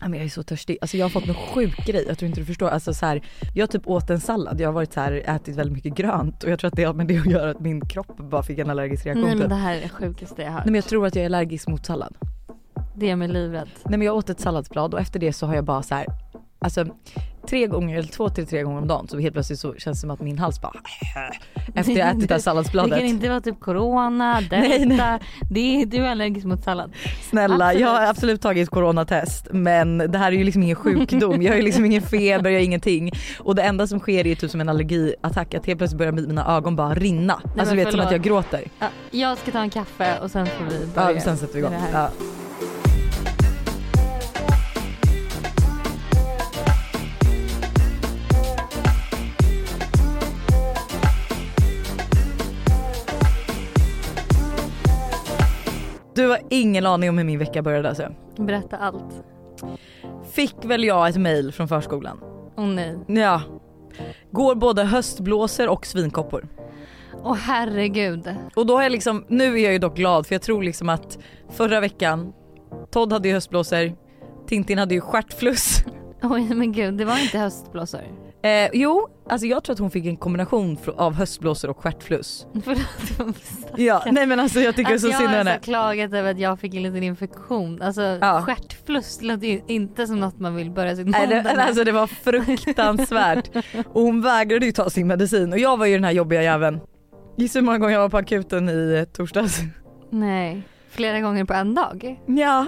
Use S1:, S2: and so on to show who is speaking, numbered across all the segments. S1: Ja, men jag är så törstig. Alltså jag har fått en sjuk grej, jag tror inte du förstår. Alltså så här, jag typ åt en sallad, jag har varit så här, ätit väldigt mycket grönt och jag tror att det har med det att göra att min kropp bara fick en allergisk reaktion.
S2: Nej
S1: typ.
S2: men det här är det sjukaste jag har hört.
S1: Nej men jag tror att jag är allergisk mot sallad.
S2: Det är mig livrädd.
S1: Nej men jag åt ett salladsblad och efter det så har jag bara så här, alltså tre gånger eller två till tre gånger om dagen så helt plötsligt så känns det som att min hals bara "Äh." efter jag ätit det här
S2: Det
S1: salladsbladet.
S2: kan inte vara typ corona, delta.
S1: Nej,
S2: Det är, du är allergisk mot sallad.
S1: Snälla, jag har
S2: Absolut.
S1: absolut tagit coronatest men det här är ju liksom ingen sjukdom. Jag har ju liksom ingen feber, jag har ingenting. Och det enda som sker är ju typ som en allergiattack att helt plötsligt börjar mina ögon bara rinna.
S2: men
S1: alltså du vet som
S2: förlåt.
S1: att jag gråter.
S2: Ja, jag ska ta en kaffe och sen får vi börja.
S1: Ja, sen sätter vi igång.
S2: med det här.
S1: Ja. Du har ingen aning om hur min vecka började alltså.
S2: Berätta allt.
S1: Fick väl jag ett mail från förskolan.
S2: Åh nej.
S1: Ja. Går både höstblåser och svinkoppor.
S2: Åh herregud.
S1: Och då har jag liksom, nu är jag ju dock glad för jag tror liksom att förra veckan, Todd hade ju höstblåsor, Tintin hade ju stjärtfluss.
S2: Oj men gud, det var inte höstblåsor.
S1: Eh, jo, alltså jag tror att hon fick en kombination fr- av höstblåsor och stjärtfluss.
S2: Förlåt.
S1: Ja, nej men alltså jag tycker
S2: Alltså,
S1: så
S2: jag
S1: synd om
S2: har
S1: henne.
S2: alltså klagat över att jag fick en liten infektion. Alltså
S1: Ja.
S2: stjärtfluss låter ju inte som något man vill börja sin
S1: Nej,
S2: måndag
S1: det,
S2: med.
S1: alltså det var fruktansvärt. Och hon vägrade ju ta sin medicin och jag var ju den här jobbiga jäveln. Gissa hur många gånger jag var på akuten i eh, torsdags?
S2: Nej. Flera gånger på en dag?
S1: Ja,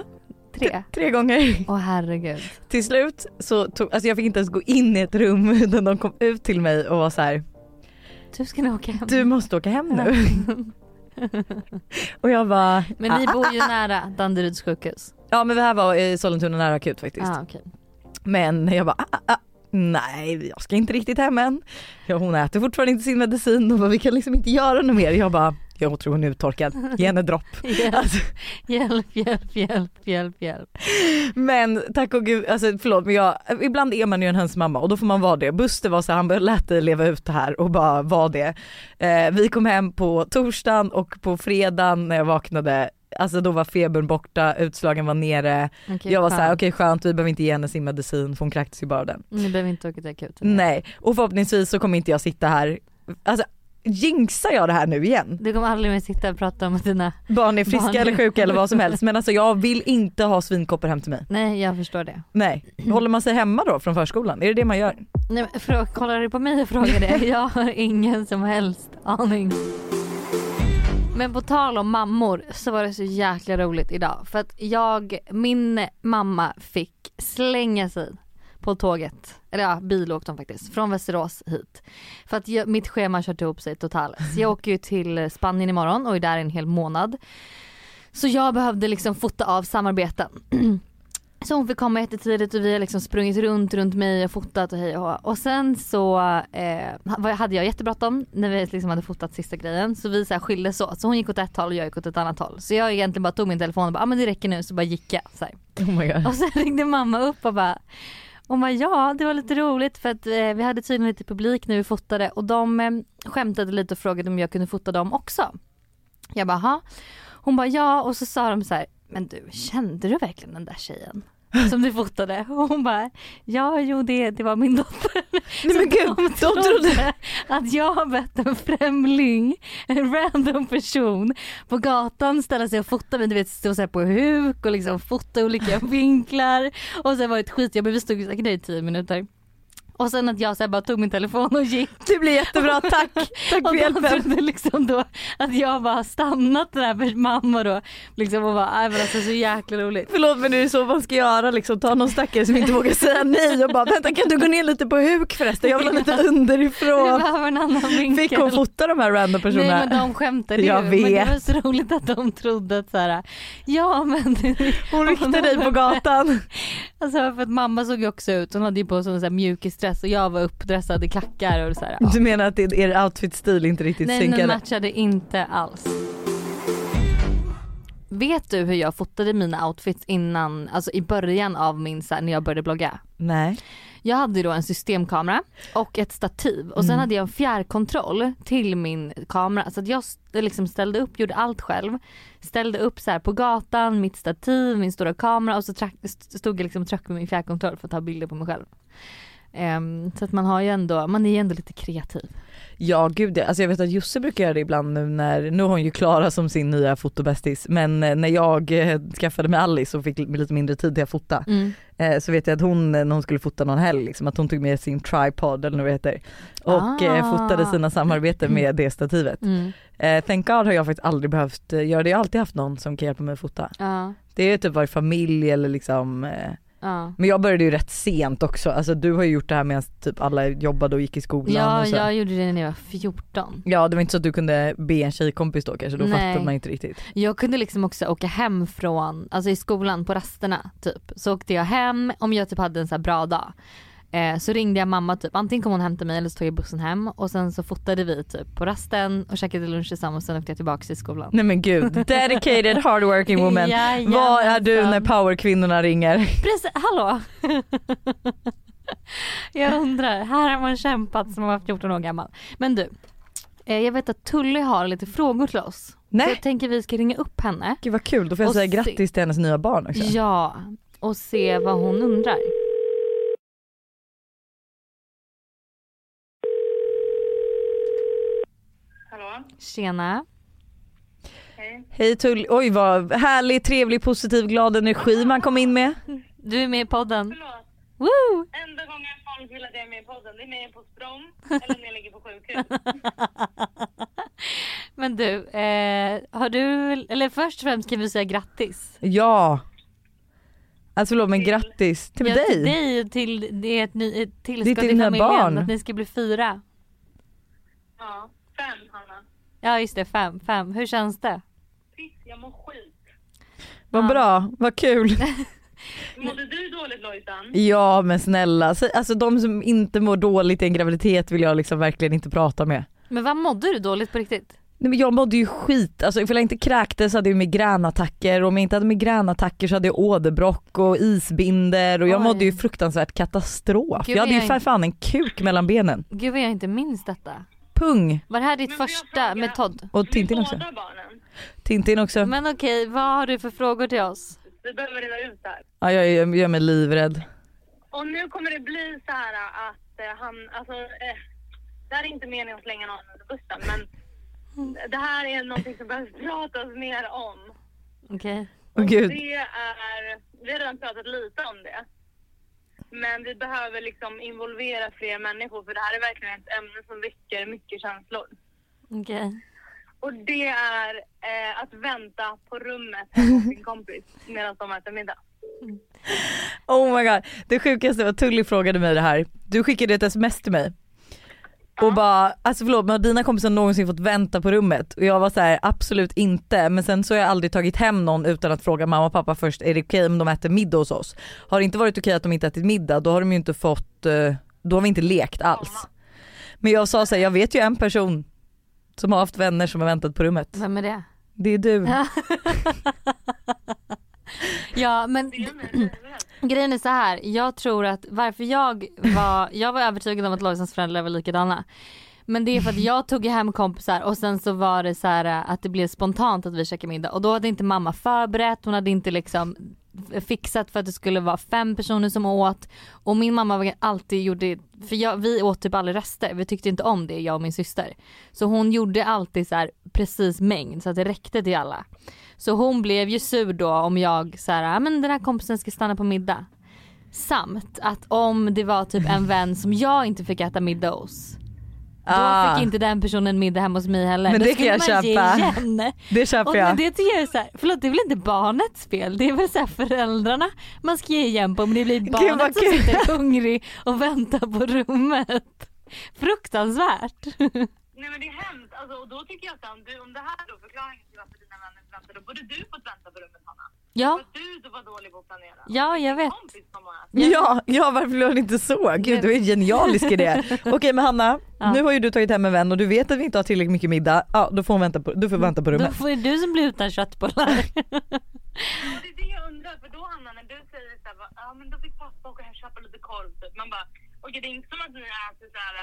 S2: Tre?
S1: tre gånger.
S2: Åh herregud.
S1: Till slut så tog, alltså jag fick inte ens gå in i ett rum utan de kom ut till mig och var så här:
S2: Du ska nog åka hem.
S1: du måste åka hem nu. och jag bara,
S2: Men ni bor ju nära Danderyds sjukhus.
S1: ja men det här var i Sollentuna nära akut faktiskt.
S2: Ah, okej.
S1: Men jag bara, ah, ah, ah, nej jag ska inte riktigt hem än. Ja, hon äter fortfarande inte sin medicin och bara, vi kan liksom inte göra något mer. Jag bara, jag tror hon är uttorkad, ge henne dropp.
S2: Hjälp,
S1: Alltså,
S2: hjälp, hjälp, hjälp, hjälp, hjälp.
S1: men tack och gud, alltså förlåt men jag, ibland är man ju en hönsmamma och då får man vara det. Buster var så här, han bara, lät dig leva ut det här och bara var det. Eh, vi kom hem på torsdagen och på fredagen när jag vaknade, alltså då var febern borta, utslagen var nere.
S2: Okej,
S1: jag var så här,
S2: skönt.
S1: okej skönt vi behöver inte ge henne sin medicin för hon kräktes ju bara av den.
S2: Ni behöver inte åka till akuten.
S1: Nej, och förhoppningsvis så kommer inte jag sitta här, alltså jinxar jag det här nu igen?
S2: Du kommer aldrig mer sitta och prata om dina...
S1: Barn är friska
S2: Barn-
S1: eller sjuka eller vad som helst men alltså jag vill inte ha svinkoppor hem till mig.
S2: Nej jag förstår det.
S1: Nej, håller man sig hemma då från förskolan? Är det det man gör?
S2: Nej, men frå- kollar du på mig och frågar det? Jag har ingen som helst aning. Men på tal om mammor så var det så jäkla roligt idag för att jag, min mamma fick slänga sig på tåget, eller ja bil åkte de faktiskt, från Västerås hit. För att jag, mitt schema har kört ihop sig totalt. Så jag åker ju till Spanien imorgon och är där en hel månad. Så jag behövde liksom fota av samarbeten. Så hon fick komma jättetidigt och vi har liksom sprungit runt runt mig och fotat och hej och hå. Och sen så eh, var- hade jag jättebråttom när vi liksom hade fotat sista grejen så vi så här skildes åt. Så hon gick åt ett håll och jag gick åt ett annat håll. Så jag egentligen bara tog min telefon och bara ah, men det räcker nu så bara gick jag. Så här.
S1: Oh my god.
S2: Och sen ringde mamma upp och bara hon bara ja det var lite roligt för att eh, vi hade tydligen lite publik när vi fotade och de eh, skämtade lite och frågade om jag kunde fota dem också. Jag bara ha. Hon bara ja och så sa de så här men du kände du verkligen den där tjejen? Som du fotade och hon bara ja jo det, det var min dotter.
S1: Nej men gud, de trodde...
S2: att jag har bett en främling, en random person på gatan ställa sig och fota mig. Du vet stå så här på huk och liksom fota olika vinklar. Och sen var det ett skitjobb, vi stod säkert där i tio minuter. Och sen att jag så här bara tog min telefon och gick.
S1: Det blir jättebra, tack! Tack
S2: Och
S1: för
S2: de
S1: hjälpen!
S2: trodde liksom då att jag bara har stannat den här för mamma då. Liksom och bara, nej men alltså så jäkla roligt.
S1: Förlåt men det är så man ska göra liksom, ta någon stackare som inte vågar säga nej och bara vänta kan du gå ner lite på huk förresten, jag vill ha lite
S2: Vi
S1: underifrån.
S2: behöver en annan vinkel.
S1: Fick hon fota de här random
S2: Nej
S1: personerna?
S2: men de skämtade ju.
S1: Jag
S2: Men det
S1: vet.
S2: var så roligt att de trodde att så här, ja men
S1: Hon ryckte dig på gatan.
S2: Alltså för att mamma såg ju också ut, hon hade ju på sig en sån här mjukisdress och jag var uppdressad i klackar och så här. Ja.
S1: Du menar att det- er outfit-stil inte riktigt
S2: Nej den
S1: synkade?
S2: matchade inte alls. Vet du hur jag fotade mina outfits innan, alltså i början av min så här, när jag började blogga?
S1: Nej.
S2: Jag hade ju då en systemkamera och ett stativ och sen
S1: Mm.
S2: hade jag en fjärrkontroll till min kamera så att jag st- liksom ställde upp, gjorde allt själv. Ställde upp så här på gatan, mitt stativ, min stora kamera och så track, st- stod jag liksom och track med min fjärrkontroll för att ta bilder på mig själv. Ehm, så att man har ju ändå, man är ju ändå lite kreativ.
S1: Ja gud ja. alltså jag vet att Josse brukar göra det ibland nu när, nu har hon ju Klara som sin nya fotobästis men eh, när jag eh, skaffade mig Alice och fick li- lite mindre tid till att fota eh, så vet jag att hon eh, när hon skulle fota någon helg liksom, att hon tog med sin tripod eller vad det heter och eh,
S2: Ah.
S1: fotade sina samarbeten med det stativet.
S2: Mm.
S1: Eh, thank God har jag faktiskt aldrig behövt eh, göra det, jag har alltid haft någon som kan hjälpa mig att fota.
S2: Ja,
S1: Det har typ varit familj eller liksom eh,
S2: ja.
S1: men jag började ju rätt sent också, alltså du har ju gjort det här medan typ alla jobbade och gick i skolan
S2: ja
S1: och så.
S2: jag gjorde det när jag var 14.
S1: Ja det var inte så att du kunde be en tjejkompis då kanske, då
S2: Nej.
S1: fattade man inte riktigt.
S2: Jag kunde liksom också åka hem från, alltså i skolan på rasterna typ. Så åkte jag hem om jag typ hade en så här bra dag. Eh, så ringde jag mamma typ, antingen kom hon hämta mig eller så tog jag bussen hem och sen så fotade vi typ på rasten och käkade lunch tillsammans och sen åkte jag tillbaka till skolan.
S1: Nej men gud, dedicated hardworking woman. Vad är du när
S2: Jajamensan.
S1: powerkvinnorna ringer?
S2: Precis, hallå! jag undrar, här har man kämpat som man var 14 år gammal. Men du, eh, jag vet att Tully har lite frågor till oss. Så
S1: Nej,
S2: jag tänker vi ska ringa upp henne.
S1: gud vad kul, då får jag
S2: Och
S1: säga
S2: se-
S1: grattis till hennes nya barn också.
S2: Ja, och se vad hon undrar.
S3: Hallå?
S2: Tjena.
S3: Hej.
S1: Hej Tull, oj vad härlig, trevlig, positiv, glad energi man kom in med.
S2: Du är med i podden.
S3: Förlåt.
S2: Woo!
S3: Enda gången folk vill att jag är med i podden, det är när jag är på språng eller när jag ligger på sjukhus.
S2: Men du, eh, har du, eller först och främst kan vi säga grattis.
S1: Ja. Alltså förlåt men
S3: Till-
S1: grattis till
S2: Ja, Till
S1: dig.
S2: dig och till det är ett, ny, ett
S1: Det
S2: tillskott
S1: är till
S2: i
S1: dina
S2: familjen.
S1: barn.
S2: Att ni ska bli fyra.
S3: Ja, fem Hanna.
S2: Ja just det, fem, fem. Hur känns det?
S3: Fitt, jag mår skit.
S1: Vad
S2: Ja.
S1: bra, vad kul.
S3: Mådde du dåligt Lojsan?
S1: Ja men snälla, Sä- alltså de som inte mår dåligt i en graviditet vill jag liksom verkligen inte prata med.
S2: Men vad mådde du dåligt på riktigt?
S1: Nej men jag mådde ju skit, alltså ifall jag inte kräktes hade jag migränattacker och om jag inte hade migränattacker så hade jag åderbråck och isbinder och jag
S2: Oj.
S1: mådde ju fruktansvärt katastrof.
S2: Gud,
S1: jag hade ju
S2: jag-
S1: för fan en kuk mellan benen.
S2: Gud vad jag inte minns detta.
S1: Pung!
S2: Var det här ditt
S3: Men får jag
S2: första
S3: fråga-
S2: med Todd?
S1: Och Tintin också.
S3: Båda barnen.
S1: Tintin också.
S2: Men okej, vad har du för frågor till oss?
S3: Vi behöver reda ut det här.
S1: Ja, jag jag gör mig livrädd.
S3: Och nu kommer det bli så här äh, att eh, han, alltså, eh, det här är inte meningen att slänga någon under bussen, men det här är någonting som behöver pratas mer om.
S2: Okej.
S1: Åh gud.
S3: Det är, vi har redan pratat lite om det. Men vi behöver liksom involvera fler människor för det här är verkligen ett ämne som väcker mycket känslor.
S2: Okej.
S3: Och det är eh, att vänta på rummet hemma hos sin kompis medan de äter middag.
S1: Oh my god. Det sjukaste var att Tully frågade mig det här. Du skickade ett sms till mig. Och bara, alltså förlåt men har dina kompisar någonsin fått vänta på rummet? Och jag var så här: absolut inte. Men sen så har jag aldrig tagit hem någon utan att fråga mamma och pappa först, är det okej om de äter middag hos oss? Har det inte varit okej att de inte ätit middag då har de ju inte fått, eh, då har vi inte lekt alls. Men jag sa såhär, jag vet ju en person som har haft vänner som har väntat på rummet.
S2: Vem är det?
S1: Det är du.
S2: Ja men
S3: Det är med i huvudet.
S2: Grejen är så här, jag tror att varför jag var, jag var övertygad om att Lojsans föräldrar var likadana. Men det är för att jag tog hem kompisar och sen så var det så här äh, att det blev spontant att vi käkade middag och då hade inte mamma förberett, hon hade inte liksom fixat för att det skulle vara fem personer som åt och min mamma var alltid gjorde, för jag, vi åt typ aldrig rester, vi tyckte inte om det jag och min syster. Så hon gjorde alltid så här precis mängd så att det räckte till alla. Så hon blev ju sur då om jag så här, "Ah, men den här kompisen ska stanna på middag. Samt att om det var typ en vän som jag inte fick äta middag hos. Då
S1: Ah,
S2: fick inte den personen middag hemma hos mig heller.
S1: Men
S2: Då
S1: det
S2: skulle
S1: kan jag
S2: man ge
S1: köpa.
S2: igen.
S1: det
S2: Och
S1: köper
S2: men
S1: jag.
S2: det tycker jag är så här, förlåt det är väl inte barnets fel. Det är väl så här föräldrarna man ska ge igen på. Men det blir
S1: vad
S2: barnet som
S1: kul.
S2: sitter hungrig och väntar på rummet. Fruktansvärt.
S3: Nej men det är hemskt. Alltså, och då tycker jag att om, du, om det här då förklaringen till varför dina vänner väntar, då borde du fått vänta på rummet Hanna.
S2: Ja,
S3: För att du då var dålig på att planera.
S2: ja jag vet.
S3: Kompis som har ätit.
S1: Ja, ja varför blev hon inte så? Gud du är genialisk i det. Okej men Hanna,
S2: Ja.
S1: nu har ju du tagit hem en vän och du vet att vi inte har tillräckligt mycket middag. Ja då får hon vänta på, du får vänta på
S2: Då
S1: rummet.
S2: får det du som blir utan köttbullar.
S3: Och det är det jag undrar, för då Hanna när du säger så här, va, ja men då fick pappa åka och köpa lite korv typ. Man bara, okej det är inte som att ni äter såhär,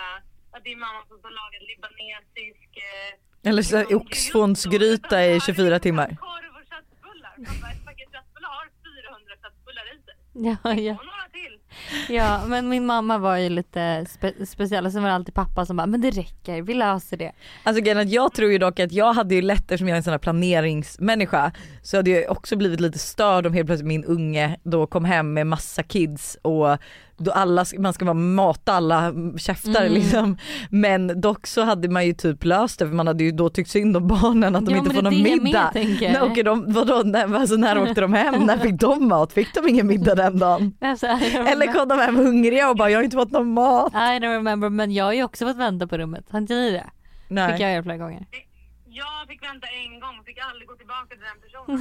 S3: att det är mamma som har lagat libanesisk eh,
S1: Eller så här, oxfondsgryta i 24 timmar.
S3: Korv och köttbullar. Man bara, ett paket köttbullar har 400 köttbullar i sig.
S2: Ja, ja.
S3: Och några till.
S2: ja men min mamma var ju lite spe- speciell. Sen var det alltid pappa som bara, men det räcker, vi löser det.
S1: Alltså grejen är att jag tror ju dock att jag hade ju lättare som jag är en sån här planeringsmänniska så hade jag också blivit lite störd om helt plötsligt min unge då kom hem med massa kids och då alla, man ska bara mata alla käftar
S2: Mm.
S1: liksom. Men dock så hade man ju typ löst det för man hade ju då tyckt synd om barnen att de
S2: ja,
S1: inte
S2: men
S1: får
S2: det är
S1: någon
S2: det jag med
S1: middag.
S2: tänker.
S1: När, åker de, vadå, när, alltså när åkte de hem? När fick de mat? Fick de ingen middag den dagen?
S2: Alltså, I don't
S1: Eller kom de hem hungriga och bara jag har inte fått någon mat?
S2: remember- I don't remember men jag har ju också fått vänta på rummet. Har inte ni det?
S1: Nej.
S2: Fick jag göra flera gånger.
S3: Jag fick vänta en gång, fick aldrig gå tillbaka till den personen.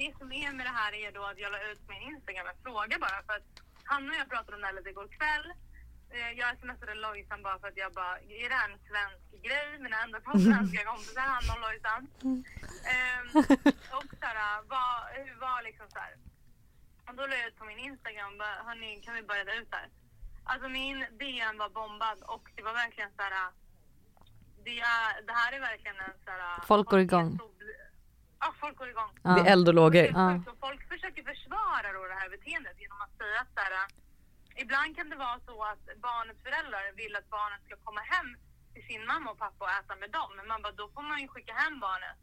S3: det som är med det här är då att jag la ut min Instagram en fråga bara för att Hanna och jag pratade om det här lite igår kväll. Eh, Jag smsade Lojsan bara för att jag bara, är det här en svensk grej? Mina enda två svenska kompisar, Hanna och Lojsan. Ehm, och såhär, vad, hur var liksom såhär. Och då la jag ut på min Instagram, bara, hörni kan vi bara reda ut det här? Alltså min DM var bombad och det var verkligen såhär det, är, det här är verkligen en sån här...
S2: Folk går
S3: är
S2: igång.
S3: så bl- Ja, folk går igång.
S2: Ja.
S1: Det är eld och lågor.
S2: Ja.
S3: Så folk försöker försvara då det här beteendet genom att säga att så här, ibland kan det vara så att barnets föräldrar vill att barnet ska komma hem till sin mamma och pappa och äta med dem. Men man bara, då får man ju skicka hem barnet.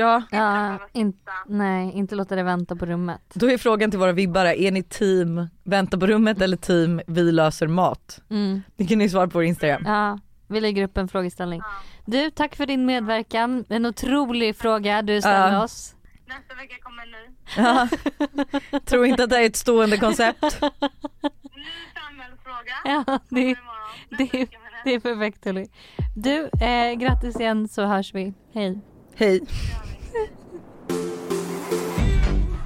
S1: Ja.
S2: Ja, in,
S3: sitta.
S2: nej, inte låta det vänta på rummet.
S1: Då är frågan till våra vibbare, är ni team vänta på rummet eller team vi löser mat?
S2: Mm.
S1: Det kan ni svara på på Instagram.
S2: Ja, vi lägger upp en frågeställning. Du, tack för din medverkan. En otrolig fråga du ställde
S1: Ja.
S2: oss.
S3: Nästa vecka kommer en ny.
S1: Ja. Tror inte att det här är ett stående koncept.
S3: Ny samhällsfråga.
S2: Ja, det,
S3: Kommer imorgon.
S2: det,
S3: Nästa vecka menar jag.
S2: det är perfekt Tully. Du, eh, grattis igen så hörs vi. Hej.
S1: Hej.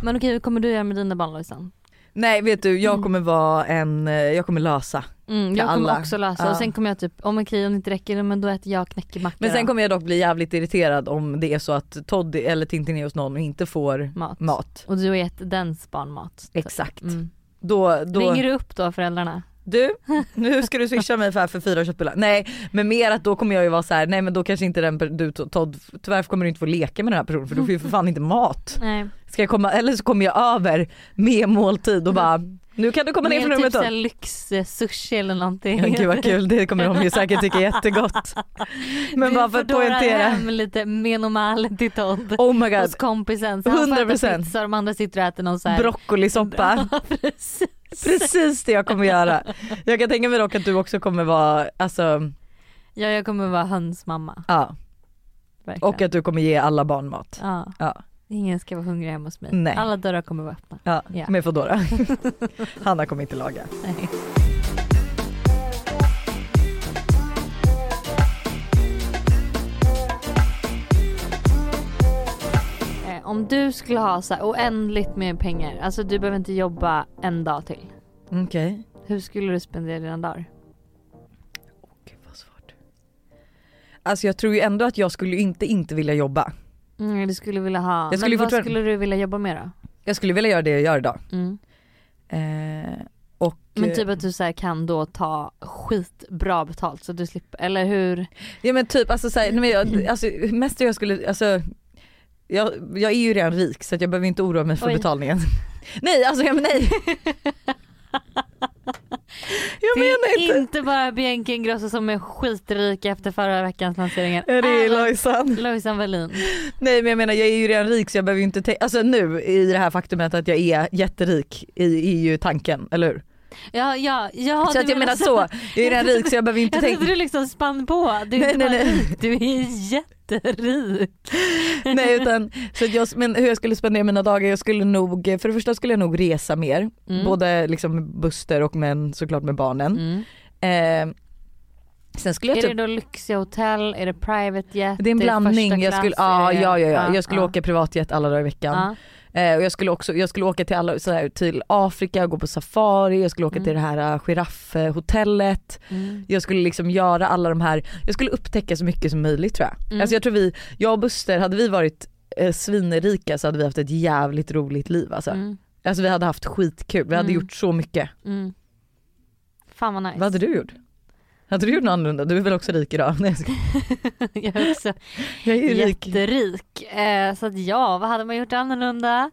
S2: Men okej, hur kommer du göra med dina barn Lojsan?
S1: Nej vet du jag kommer vara en, eh, jag kommer lösa.
S2: Mm, jag
S1: Till
S2: kommer
S1: alla.
S2: också lösa
S1: Ja.
S2: och sen kommer jag typ, om okej om det inte räcker men då äter jag knäckemacka
S1: Men sen
S2: då.
S1: kommer jag dock bli jävligt irriterad om det är så att Todd eller Tintin är hos någon och inte får
S2: mat.
S1: mat.
S2: Och du har gett dens barn mat. typ.
S1: Exakt.
S2: Mm.
S1: Då, då,
S2: Ringer du upp då föräldrarna?
S1: du nu ska du swisha mig för, här för fyra köttbullar. Nej men mer att då kommer jag ju vara så här: nej men då kanske inte den, per- du Todd, tyvärr kommer du inte få leka med den här personen för du får ju för fan inte mat.
S2: Nej.
S1: Ska jag komma, eller så kommer jag över med måltid och bara nu kan du komma ner
S2: Mer
S1: från
S2: typ
S1: rummet.
S2: såhär
S1: Todd.
S2: lyxsushi eller någonting.
S1: Ja, gud vad kul, det kommer de ju säkert tycka är jättegott. Men
S2: Du
S1: bara för att
S2: får dåra
S1: poängtera.
S2: hem lite menomal till Todd.
S1: Oh my god,
S2: Hos kompisen. Så han
S1: 100%.
S2: 100%. pizza och de andra sitter och äter någon såhär.
S1: broccolisoppa.
S2: Precis.
S1: Precis det jag kommer göra. Jag kan tänka mig dock att du också kommer vara, alltså
S2: Ja jag kommer vara hönsmamma.
S1: ja.
S2: Verkligen.
S1: Och att du kommer ge alla barn mat.
S2: ja.
S1: Ja.
S2: Ingen ska vara hungrig hemma hos mig.
S1: Nej.
S2: Alla dörrar kommer vara öppna.
S1: Ja,
S2: Ja.
S1: med Foodora. Hanna kommer inte laga.
S2: Nej. Eh, Om du skulle ha så här oändligt med pengar, alltså du behöver inte jobba en dag till.
S1: Okej.
S2: Hur skulle du spendera dina dagar?
S1: Gud vad svårt. Alltså jag tror ju ändå att jag skulle ju inte inte vilja jobba.
S2: Mm, du skulle vilja ha,
S1: Jag skulle
S2: men vad
S1: fortfarande-
S2: skulle du vilja jobba med då?
S1: Jag skulle vilja göra det jag gör idag.
S2: Mm.
S1: Eh, och, eh,
S2: Men typ att du så här kan då ta skitbra betalt så du slipper, eller hur?
S1: Ja men typ alltså, så här, nej, men jag, alltså mest jag skulle, alltså jag, jag är ju redan rik så att jag behöver inte oroa mig för
S2: Oj.
S1: betalningen. Nej alltså jag menar nej. jag
S2: det
S1: menar
S2: är
S1: inte.
S2: inte bara Bianca Ingrosso som är skitrik efter förra veckans lanseringar.
S1: Ja, Det är
S2: Även
S1: Lojsan.
S2: Lojsan Wallin.
S1: Nej men jag menar jag är ju redan rik så jag behöver ju inte tänka, alltså nu i det här faktumet att jag är jätterik i, är ju tanken, eller hur?
S2: Ja, ja, ja,
S1: så
S2: du
S1: att jag menar så, jag är redan rik så jag behöver inte
S2: Jag
S1: tänka.
S2: trodde du liksom spann på. Du är
S1: Nej,
S2: inte bara
S1: nej, nej.
S2: rik, du är jätterik.
S1: Nej utan så att jag, men hur jag skulle spendera mina dagar, jag skulle nog, för det första skulle jag nog resa mer.
S2: Mm.
S1: Både liksom med Buster och men såklart med barnen.
S2: Mm.
S1: Eh, sen skulle
S2: Är
S1: jag
S2: det
S1: typ,
S2: då lyxiga hotell, är det private jet?
S1: det är en blandning,
S2: första
S1: jag skulle,
S2: klass,
S1: ja,
S2: är det-
S1: ja, ja, ja. jag skulle
S2: ja.
S1: åka privatjet alla dagar i veckan.
S2: Ja.
S1: Eh, och jag skulle också, jag skulle åka till, alla, så här, till Afrika, gå på safari, jag skulle åka
S2: Mm.
S1: till det här äh, giraffhotellet.
S2: Mm.
S1: Jag skulle liksom göra alla de här, jag skulle upptäcka så mycket som möjligt tror jag.
S2: Mm.
S1: Alltså jag tror vi, jag och Buster, hade vi varit eh, svinrika så hade vi haft ett jävligt roligt liv alltså.
S2: Mm.
S1: Alltså vi hade haft skitkul, vi hade
S2: Mm.
S1: gjort så mycket.
S2: Mm. Fan vad nice.
S1: Vad hade du gjort? Hade du gjort något annorlunda? Du är väl också rik idag? Nej jag skojar.
S2: jag är också
S1: Jag är ju rik.
S2: jätterik. Eh, så att ja, vad hade man gjort annorlunda?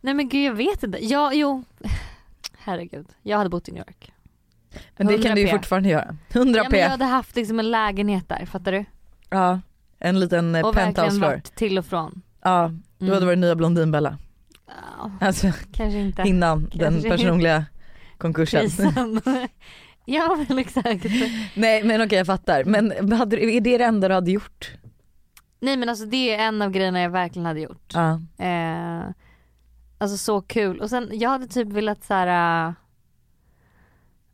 S2: Nej men gud jag vet inte. Ja, jo. Herregud, jag hade bott i New York.
S1: Men det kan du ju
S2: 100p.
S1: fortfarande göra. 100
S2: Ja,
S1: p.
S2: men jag hade haft liksom en lägenhet där, fattar du?
S1: Ja, en liten eh,
S2: Och verkligen
S1: penthouse floor.
S2: varit till och från. Mm.
S1: Ja, du hade varit nya Blondinbella.
S2: Ja,
S1: Alltså
S2: kanske inte.
S1: innan den
S2: Kanske.
S1: personliga konkursen.
S2: Krisen. ja men exakt.
S1: Nej men okej jag fattar. Men hade, du- är det det enda du hade gjort?
S2: Nej men alltså det är en av grejerna jag verkligen hade gjort.
S1: Ja.
S2: Eh, alltså så kul. Och sen jag hade typ velat så här. eh,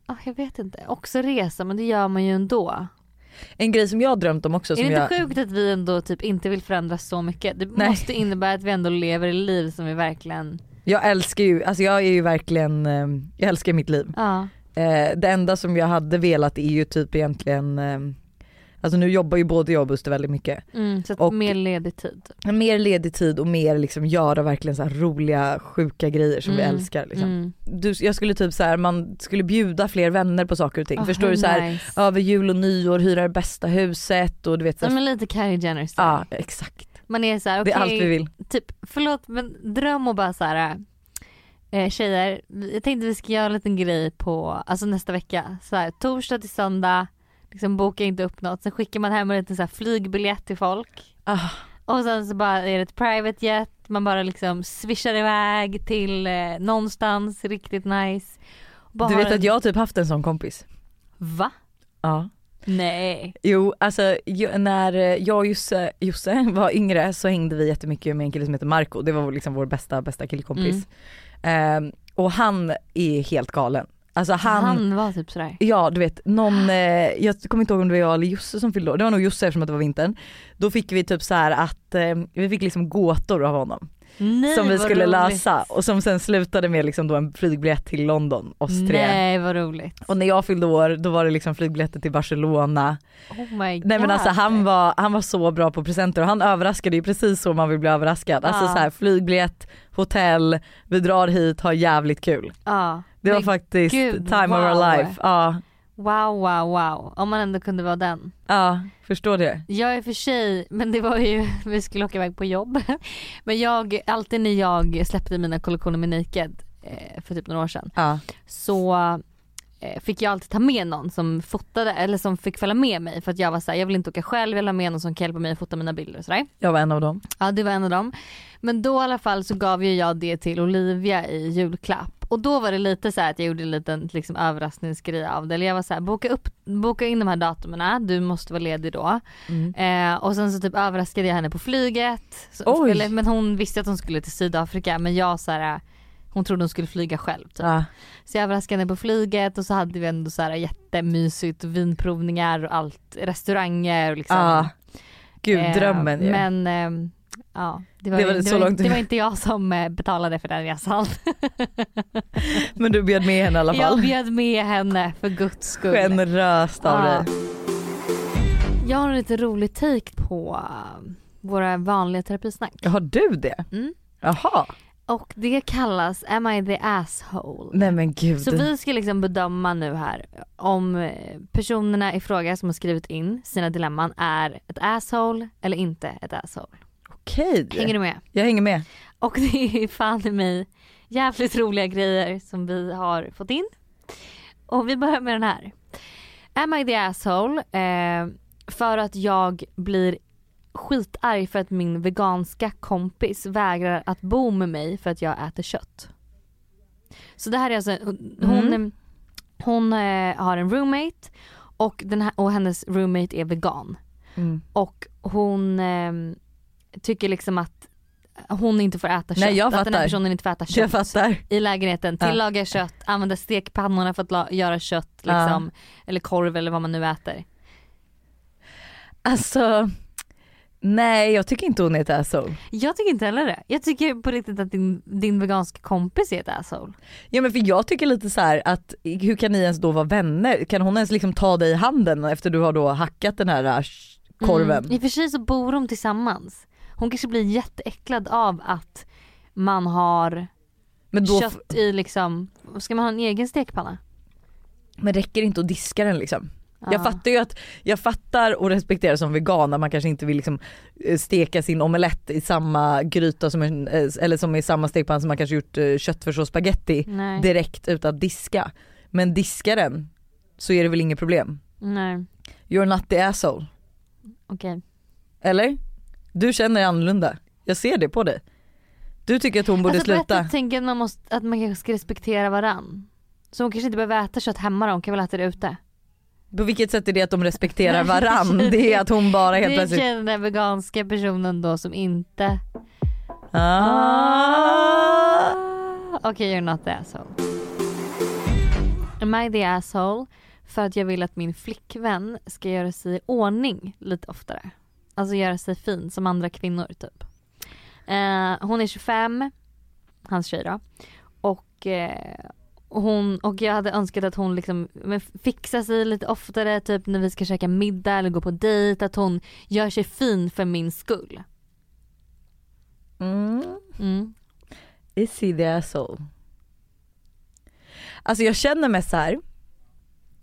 S2: ah, jag vet inte. Också resa men det gör man ju ändå.
S1: En grej som jag har drömt om också.
S2: är
S1: Som
S2: det inte
S1: jag,
S2: sjukt att vi ändå typ inte vill förändras så mycket? Det
S1: Nej.
S2: måste innebära att vi ändå lever i liv som vi verkligen...
S1: jag älskar ju, alltså jag är ju verkligen, eh, jag älskar mitt liv.
S2: Ja.
S1: Eh, det enda som jag hade velat är ju typ egentligen, eh, alltså nu jobbar ju både jag och Buster väldigt mycket.
S2: Mm, så att
S1: Och-
S2: mer ledig tid. typ.
S1: Men Mer ledig tid och mer liksom göra verkligen så här roliga sjuka grejer som vi
S2: Mm,
S1: älskar. Liksom.
S2: Mm.
S1: Du, jag skulle typ så här, man skulle bjuda fler vänner på saker och ting.
S2: Ah,
S1: Förstår
S2: hur
S1: du så här,
S2: nice.
S1: över jul och nyår hyra det bästa huset och du vet så
S2: Ja,
S1: här,
S2: men lite Kylie Jenner style.
S1: Ja exakt,
S2: Man är så här,
S1: det är allt
S2: okej,
S1: vi vill.
S2: typ, förlåt men dröm och bara så här. Eh, tjejer, jag tänkte vi ska göra en liten grej på, alltså nästa vecka. Så här, torsdag till söndag, liksom boka inte upp något. Sen skickar man hem en liten så här, flygbiljett till folk.
S1: Ah,
S2: Och sen så bara är det ett private jet, man bara liksom swishar iväg till eh, någonstans riktigt nice. Bara
S1: du
S2: har
S1: vet
S2: en-
S1: att jag har typ haft en sån kompis.
S2: Va?
S1: Ja.
S2: Nej.
S1: Jo alltså ju, när jag och Josse, Josse var yngre så hängde vi jättemycket med en kille som heter Marco. Det var vår- liksom vår bästa, bästa
S2: Mm.
S1: killkompis. Ehm, och han är helt galen. Alltså
S2: Han,
S1: han,
S2: var typ sådär.
S1: ja du vet någon, eh, jag kommer inte ihåg om det var jag eller Josse som fyllde år. Det var nog Josse eftersom att det var vintern. Då fick vi typ så här att, eh, vi fick liksom gåtor av honom.
S2: Nej,
S1: som vi
S2: vad
S1: skulle
S2: roligt.
S1: lösa och som sen slutade med liksom då en flygbiljett till London, oss tre.
S2: Nej vad roligt.
S1: Och när jag fyllde år då var det liksom flygbiljetter till Barcelona.
S2: Oh my god.
S1: Nej men alltså han var, han var så bra på presenter och han överraskade ju precis så man vill bli överraskad. Alltså
S2: Ja.
S1: så här, flygbiljett, hotell, vi drar hit, har jävligt kul.
S2: Ja.
S1: Det var
S2: Men
S1: faktiskt
S2: gud,
S1: time of
S2: wow.
S1: our life. Ja,
S2: Wow, wow, wow. Om man ändå kunde vara den.
S1: ja förstår det.
S2: Jag är för sig, men det var ju, vi skulle åka iväg på jobb. Men jag, alltid när jag släppte mina kollektioner med Naked eh, för typ några år sedan
S1: Ja.
S2: så eh, fick jag alltid ta med någon som fotade eller som fick följa med mig för att jag var såhär, jag vill inte åka själv, jag vill ha med någon som kan hjälpa mig att fota mina bilder och sådär.
S1: Jag var en av dem.
S2: Ja det var en av dem. Men då i alla fall så gav ju jag det till Olivia i julklapp. Och då var det lite så här att jag gjorde en liten liksom, överraskningsgrej av det. Eller jag var så här, boka, upp, boka in de här datumen, du måste vara ledig då.
S1: Mm.
S2: Eh, och sen så typ överraskade jag henne på flyget. Så,
S1: Oj.
S2: eller, men hon visste att hon skulle till Sydafrika men jag så här, hon trodde hon skulle flyga själv. Typ.
S1: Ja.
S2: Så jag överraskade henne på flyget och så hade vi ändå så här jättemysigt och vinprovningar och allt, restauranger och liksom.
S1: Ja. Gud
S2: Eh,
S1: drömmen ju.
S2: Men ehm, ja, det var,
S1: Det
S2: det
S1: var
S2: var,
S1: så långt-
S2: det var inte jag som eh, betalade för den resan.
S1: Men du bjöd med henne i alla
S2: Jag
S1: fall.
S2: bjöd med henne för guds skull.
S1: Generöst av
S2: Ja.
S1: dig.
S2: Jag har en lite rolig take på eh, våra vanliga terapisnack.
S1: Har du det?
S2: Mm.
S1: Jaha.
S2: Och det kallas Am I the asshole?
S1: Nej men gud.
S2: Så vi ska liksom bedöma nu här om eh, personerna i fråga som har skrivit in sina dilemman är ett asshole eller inte ett asshole.
S1: Okej.
S2: Hänger du med?
S1: Jag hänger med.
S2: Och det är fan i mig jävligt roliga grejer som vi har fått in. Och vi börjar med den här. Am I the asshole? Eh, för att jag blir skitarg för att min veganska kompis vägrar att bo med mig för att jag äter kött. Så det här är alltså, hon,
S1: Mm.
S2: hon eh, har en roommate och, den här, och hennes roommate är vegan. Mm. Och hon ehm, tycker liksom att hon inte får äta kött.
S1: Nej, jag
S2: att den
S1: fattar.
S2: här personen inte får äta
S1: Jag
S2: kött
S1: fattar.
S2: i lägenheten.
S1: Ja.
S2: Tillaga kött, använda stekpannorna för att la- göra kött liksom. Eller korv eller vad man nu äter.
S1: Alltså nej jag tycker inte hon är ett asshole.
S2: Jag tycker inte heller det. Jag tycker på riktigt att din, din veganska kompis är ett asshole.
S1: Ja men för jag tycker lite så här att hur kan ni ens då vara vänner? Kan hon ens liksom ta dig i handen efter du har då hackat den här äh, korven?
S2: Mm. I och för sig så bor de tillsammans. Hon kanske blir jätteäcklad av att man har
S1: Men, då,
S2: kött i liksom, ska man ha en egen stekpanna?
S1: men räcker det inte att diska den liksom?
S2: Ja.
S1: Jag fattar ju att, jag fattar och respekterar som vegan när man kanske inte vill liksom eh, steka sin omelett i samma gryta som en, eh, eller som i samma stekpanna som man kanske gjort eh, köttfärssås och spaghetti
S2: Nej.
S1: direkt utan att diska. Men diska den så är det väl inget problem.
S2: Nej.
S1: You're not the asshole.
S2: Okej.
S1: Eller? Du känner annorlunda. Jag ser det på dig. Du tycker att hon borde
S2: alltså, på ett
S1: sluta.
S2: sätt tänker jag att man, måste, att man kanske ska respektera varann. Så hon kanske inte behöver äta kött hemma då, hon kan väl äta det ute.
S1: På vilket sätt är det att de respekterar varann? Det är att hon bara helt
S2: det
S1: plötsligt...
S2: är den där veganska personen då som inte...
S1: Ah.
S2: Okej you're not the asshole. Am I the asshole? För att jag vill att min flickvän ska göra sig i ordning lite oftare. Alltså göra sig fin som andra kvinnor typ. Eh, hon är 25, hans tjej då. Och, eh, hon, och jag hade önskat att hon liksom men, fixar sig lite oftare typ när vi ska käka middag eller gå på dejt. Att hon gör sig fin för min skull.
S1: Mm.
S2: Mm.
S1: Is he the asshole? Alltså jag känner mig så här.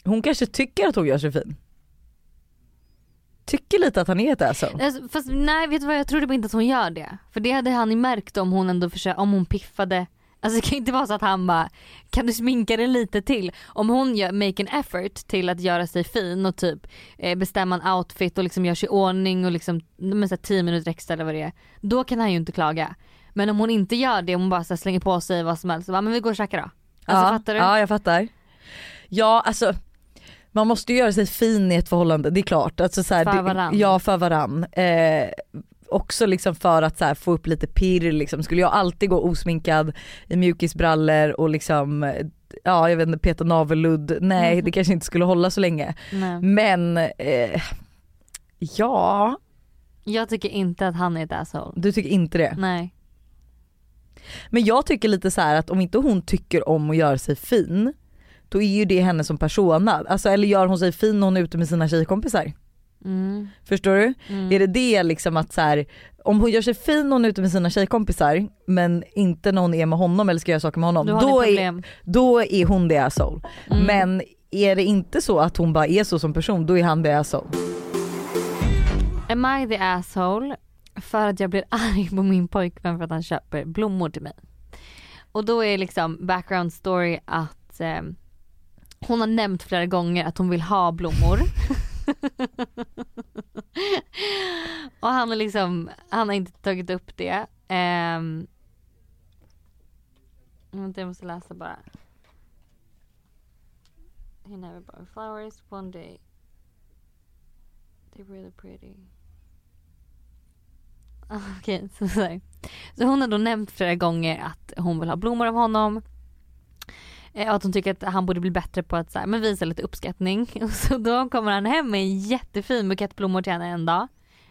S1: hon kanske tycker att hon gör sig fin. Tycker lite att han är ett asshole.
S2: Alltså, fast nej vet du vad jag trodde bara inte att hon gör det. För det hade han ju märkt om hon ändå försökte, om hon piffade. Alltså det kan ju inte vara så att han bara kan du sminka dig lite till? Om hon gör, make an effort till att göra sig fin och typ eh, bestämma en outfit och liksom gör sig i ordning och liksom men så här, 10 minuter extra eller vad det är. Då kan han ju inte klaga. Men om hon inte gör det, om hon bara så här, slänger på sig vad som helst och bara, men vi går och käkar då. Alltså
S1: ja,
S2: fattar du?
S1: Ja jag fattar. Ja alltså man måste ju göra sig fin i ett förhållande, det är klart. Alltså, så här,
S2: För
S1: det-
S2: varann.
S1: Ja för varann. Eh, också liksom för att så här, få upp lite pirr liksom. Skulle jag alltid gå osminkad i mjukisbrallor och liksom eh, ja jag vet inte peta navelludd, nej
S2: Mhm.
S1: det kanske inte skulle hålla så länge.
S2: Nej.
S1: Men eh, ja,
S2: Jag tycker inte att han är ett asshole.
S1: du tycker inte det.
S2: Nej.
S1: Men jag tycker lite så här att om inte hon tycker om att göra sig fin då är ju det henne som persona. Alltså, eller gör hon sig fin när hon är ute med sina tjejkompisar?
S2: Mm.
S1: Förstår du?
S2: Mm.
S1: Är det det liksom att så här, om hon gör sig fin när hon är ute med sina tjejkompisar men inte när hon är med honom eller ska göra saker med honom
S2: Du har då
S1: då är,
S2: problem.
S1: då är hon the asshole.
S2: Mm.
S1: Men är det inte så att hon bara är så som person då är han the asshole.
S2: Am I the asshole för att jag blir arg på min pojkvän för att han köper blommor till mig? Och då är liksom background story att eh, hon har nämnt flera gånger att hon vill ha blommor. och han har liksom, han har inte tagit upp det. Ehm, Vänta jag måste läsa bara. He never bought flowers one day. They're really pretty. Ah, Okej, så, så, här. så hon har då nämnt flera gånger att hon vill ha blommor av honom. Eh, Och att hon tycker att han borde bli bättre på att så här, men visa lite uppskattning. Och Så då kommer han hem med en jättefin bukett blommor till henne en dag.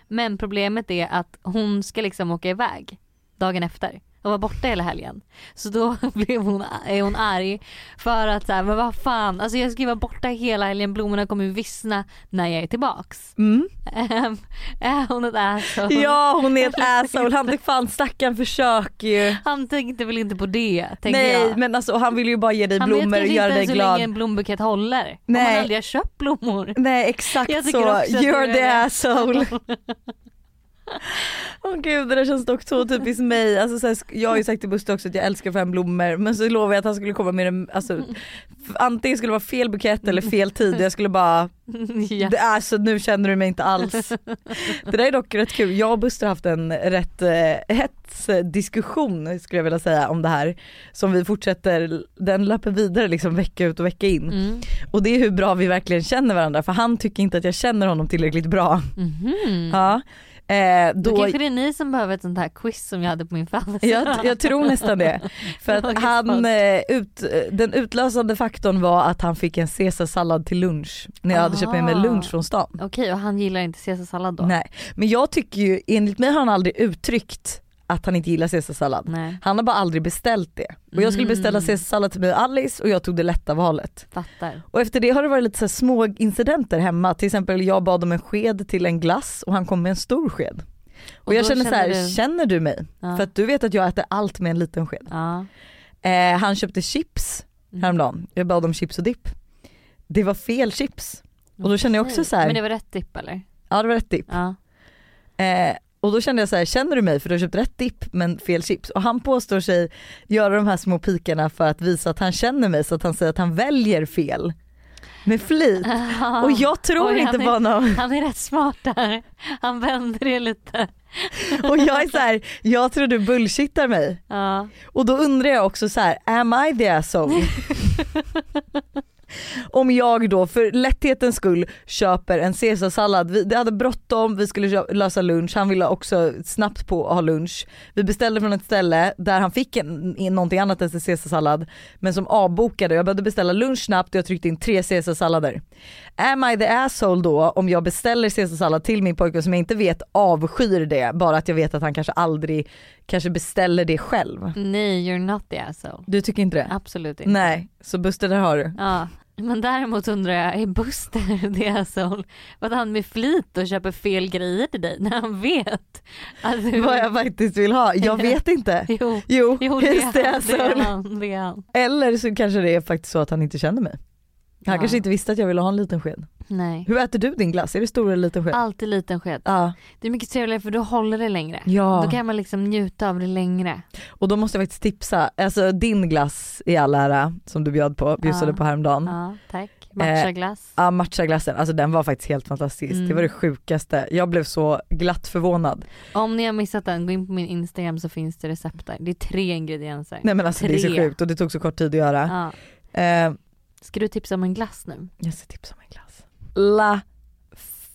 S2: Men problemet är att hon ska liksom åka iväg dagen efter och vara borta hela helgen. Så då blev hon, är hon arg för att så här, men vad fan, alltså jag ska ju vara borta hela helgen, blommorna kommer ju vissna när jag är tillbaks.
S1: Mm.
S2: Ehm, Är hon ett asshole?
S1: Ja hon är ett asshole, han typ fan stackaren försöker ju.
S2: Han tänkte väl inte på det tänker
S1: Nej
S2: jag.
S1: men alltså han vill ju bara ge dig
S2: Han
S1: blommor och
S2: vet
S1: göra
S2: kanske
S1: dig
S2: inte så
S1: glad.
S2: länge en blombukett håller. Om
S1: Nej.
S2: han aldrig har köpt blommor.
S1: Nej exakt
S2: Jag tycker
S1: så,
S2: också att det
S1: you're
S2: är
S1: the
S2: det.
S1: asshole. Åh gud det där känns dock så typiskt mig. Alltså, så här, sk- jag har ju sagt till Buster också att jag älskar fem blommor men så lovade jag att han skulle komma med en, alltså, f- antingen skulle det vara fel bukett eller fel tid. Jag skulle bara,
S2: ja.
S1: det är så nu känner du mig inte alls. Det där är dock rätt kul. Jag och Buster har haft en rätt eh, hets eh, diskussion skulle jag vilja säga om det här. Som vi fortsätter, den löper vidare liksom vecka ut och vecka in.
S2: Mm.
S1: Och det är hur bra vi verkligen känner varandra för han tycker inte att jag känner honom tillräckligt bra.
S2: Mhm.
S1: Ja. Eh,
S2: Då
S1: då,
S2: kanske det är ni som behöver ett sånt här quiz som jag hade på min födelsedag.
S1: jag, jag tror nästan det. För att
S2: Fråga
S1: han,
S2: svar.
S1: eh, ut, eh, den utlösande faktorn var att han fick en caesarsallad till lunch när jag hade köpt med mig
S2: Aha.
S1: lunch från stan.
S2: Okej och han gillar inte caesarsallad Ah. då?
S1: Nej. Men jag tycker ju, enligt mig har han aldrig uttryckt att han inte gillar caesarsallad.
S2: Nej,
S1: Han har bara aldrig beställt det. Och jag skulle
S2: Mm.
S1: beställa caesarsallad till mig och Alice och jag tog det lätta valet.
S2: fattar.
S1: Och efter det har det varit lite så här små incidenter hemma. Till exempel jag bad om en sked till en glass och han kom med en stor sked. Och,
S2: Och
S1: jag
S2: då
S1: känner så här,
S2: känner du-
S1: känner du mig?
S2: Ja.
S1: För att du vet att jag äter allt med en liten sked.
S2: Ja. Mm.
S1: Eh, han köpte chips häromdagen, jag bad om chips och dipp. Det var fel chips. Och då känner jag också så här-
S2: Men det var rätt dipp eller?
S1: Ja det var rätt dipp.
S2: Ja.
S1: Eh, och då kände jag så här, känner du mig för du har köpt rätt dipp men fel chips? Och han påstår sig göra de här små pikarna för att visa att han känner mig så att han säger att han väljer fel. Med flit. Och jag tror
S2: Oj,
S1: inte
S2: han
S1: på
S2: är-
S1: honom.
S2: Han är rätt smart där. Han vänder det lite.
S1: Och jag är så här, jag tror du bullshittar mig.
S2: Ja.
S1: Och då undrar jag också så här, am I the asshole? Om jag då för lätthetens skull köper en caesarsallad, vi, det hade bråttom, vi skulle kö- lösa lunch, han ville också snabbt på att ha lunch. Vi beställde från ett ställe där han fick en, en, någonting annat än caesarsallad men som avbokade. Jag behövde beställa lunch snabbt och jag tryckte in tre caesarsallader. Am I the asshole då om jag beställer caesarsallad till min pojkvän som jag inte vet avskyr det, bara att jag vet att han kanske aldrig kanske beställer det själv.
S2: Nej you're not the asshole.
S1: Du tycker inte det?
S2: Absolut inte.
S1: Nej, så Buster där har du.
S2: Ja. Men däremot undrar jag, är Buster the asshole? För att han med flit och köper fel grejer till dig när han vet att du...
S1: Vad jag faktiskt vill ha, jag vet inte.
S2: Jo.
S1: Jo,
S2: Jo det är,
S1: just det.
S2: han,
S1: Alltså.
S2: det är han, det är han.
S1: Eller så kanske det är faktiskt så att han inte kände mig. Han
S2: Ja.
S1: kanske inte visste att jag ville ha en liten sked.
S2: Nej.
S1: Hur äter du din glass? Är det stor eller liten sked?
S2: Alltid liten sked.
S1: Ja.
S2: Det är mycket trevligare för då håller det längre. Då
S1: ja. Mm.
S2: kan man liksom njuta av det längre.
S1: Och då måste jag faktiskt tipsa, alltså din glass i all ära som du bjöd på, bjussade
S2: Ja.
S1: på häromdagen. Ja.
S2: Ja, tack.
S1: Eh.
S2: Matchaglass.
S1: matchaglassen, alltså den var faktiskt helt fantastisk.
S2: Mm.
S1: Det var det sjukaste. Jag blev så glatt förvånad.
S2: Om ni har missat den, gå in på min Instagram så finns det recept där. Det är tre ingredienser.
S1: Nej men alltså det är så
S2: Tre.
S1: sjukt och det tog så kort tid att göra.
S2: Ja.
S1: Eh,
S2: Ska du tipsa om en glass nu?
S1: Jag ska tipsa om en glass. La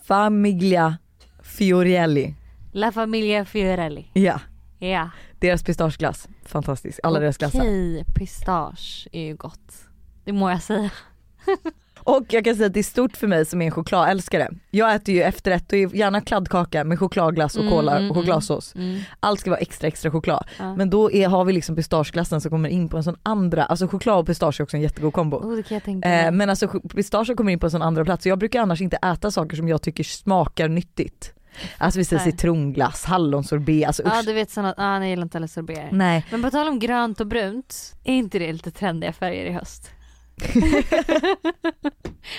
S1: Famiglia Fiorelli.
S2: La Famiglia Fiorelli.
S1: Ja,
S2: Ja.
S1: deras pistageglass. Fantastisk. Alla deras glassar.
S2: Okej, pistage är ju gott. Det må jag säga.
S1: Och jag kan säga att det är stort för mig som är en chokladälskare. Jag äter ju efterrätt och gärna kladdkaka med chokladglass och
S2: Mm,
S1: kola
S2: mm,
S1: och chokladsås.
S2: Mm.
S1: Allt ska vara extra extra choklad.
S2: Ja.
S1: Men då är, har vi liksom pistageglassen som kommer in på en sån andra, alltså choklad och pistage är också en jättegod kombo.
S2: Oh, det kan jag tänka mig.
S1: Eh, men alltså ch- pistage kommer in på en sån andra plats. Så Jag brukar annars inte äta saker som jag tycker smakar nyttigt. Alltså vi säger
S2: Nej.
S1: citronglass, hallonsorbet, alltså usch.
S2: Ja du vet sådana, ah, nej jag gillar inte heller sorberer.
S1: Nej.
S2: Men på tal om grönt och brunt, är inte det lite trendiga färger i höst?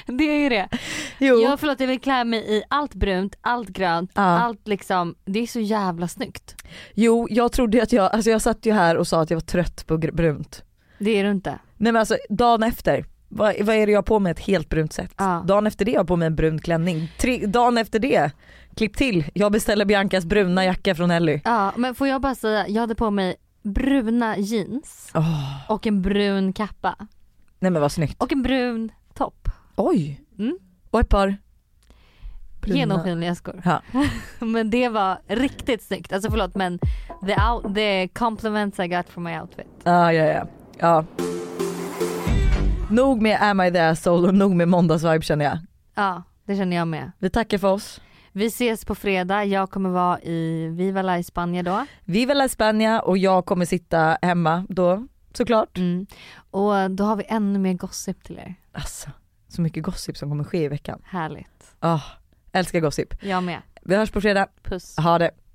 S2: det är ju det.
S1: Jo.
S2: Jag förlåt jag vill klä mig i allt brunt, allt grönt,
S1: Ja.
S2: allt liksom, det är så jävla snyggt.
S1: jo, jag trodde ju att jag, alltså jag satt ju här och sa att jag var trött på gr- brunt.
S2: Det är du inte.
S1: Nej men alltså dagen efter, vad, vad är det jag har på mig ett helt brunt sätt?
S2: Ja.
S1: Dagen efter det har jag på mig en brun klänning. Tre, dagen efter det, klipp till, jag beställer Biancas bruna jacka från Ellie.
S2: Ja men får jag bara säga, jag hade på mig bruna jeans
S1: Åh,
S2: och en brun kappa
S1: nej men vad snyggt.
S2: och en brun topp.
S1: Oj!
S2: Mm.
S1: Och ett par bruna-
S2: Genomskinliga skor.
S1: Ja.
S2: men det var riktigt snyggt. Alltså förlåt men the, out, the compliments I got for my outfit.
S1: Ja, ja, ja. ja. Nog med Am I the asshole och nog med måndagsvibe känner jag.
S2: Ja det känner jag med.
S1: Vi tackar för oss.
S2: Vi ses på fredag. Jag kommer vara i Viva La España då.
S1: Viva la España och jag kommer sitta hemma då såklart.
S2: Mm. Och då har vi ännu mer gossip till er.
S1: Alltså, så mycket gossip som kommer ske i veckan.
S2: Härligt.
S1: Ah, älskar gossip.
S2: Jag med.
S1: Vi hörs på fredag.
S2: Puss.
S1: Ha det.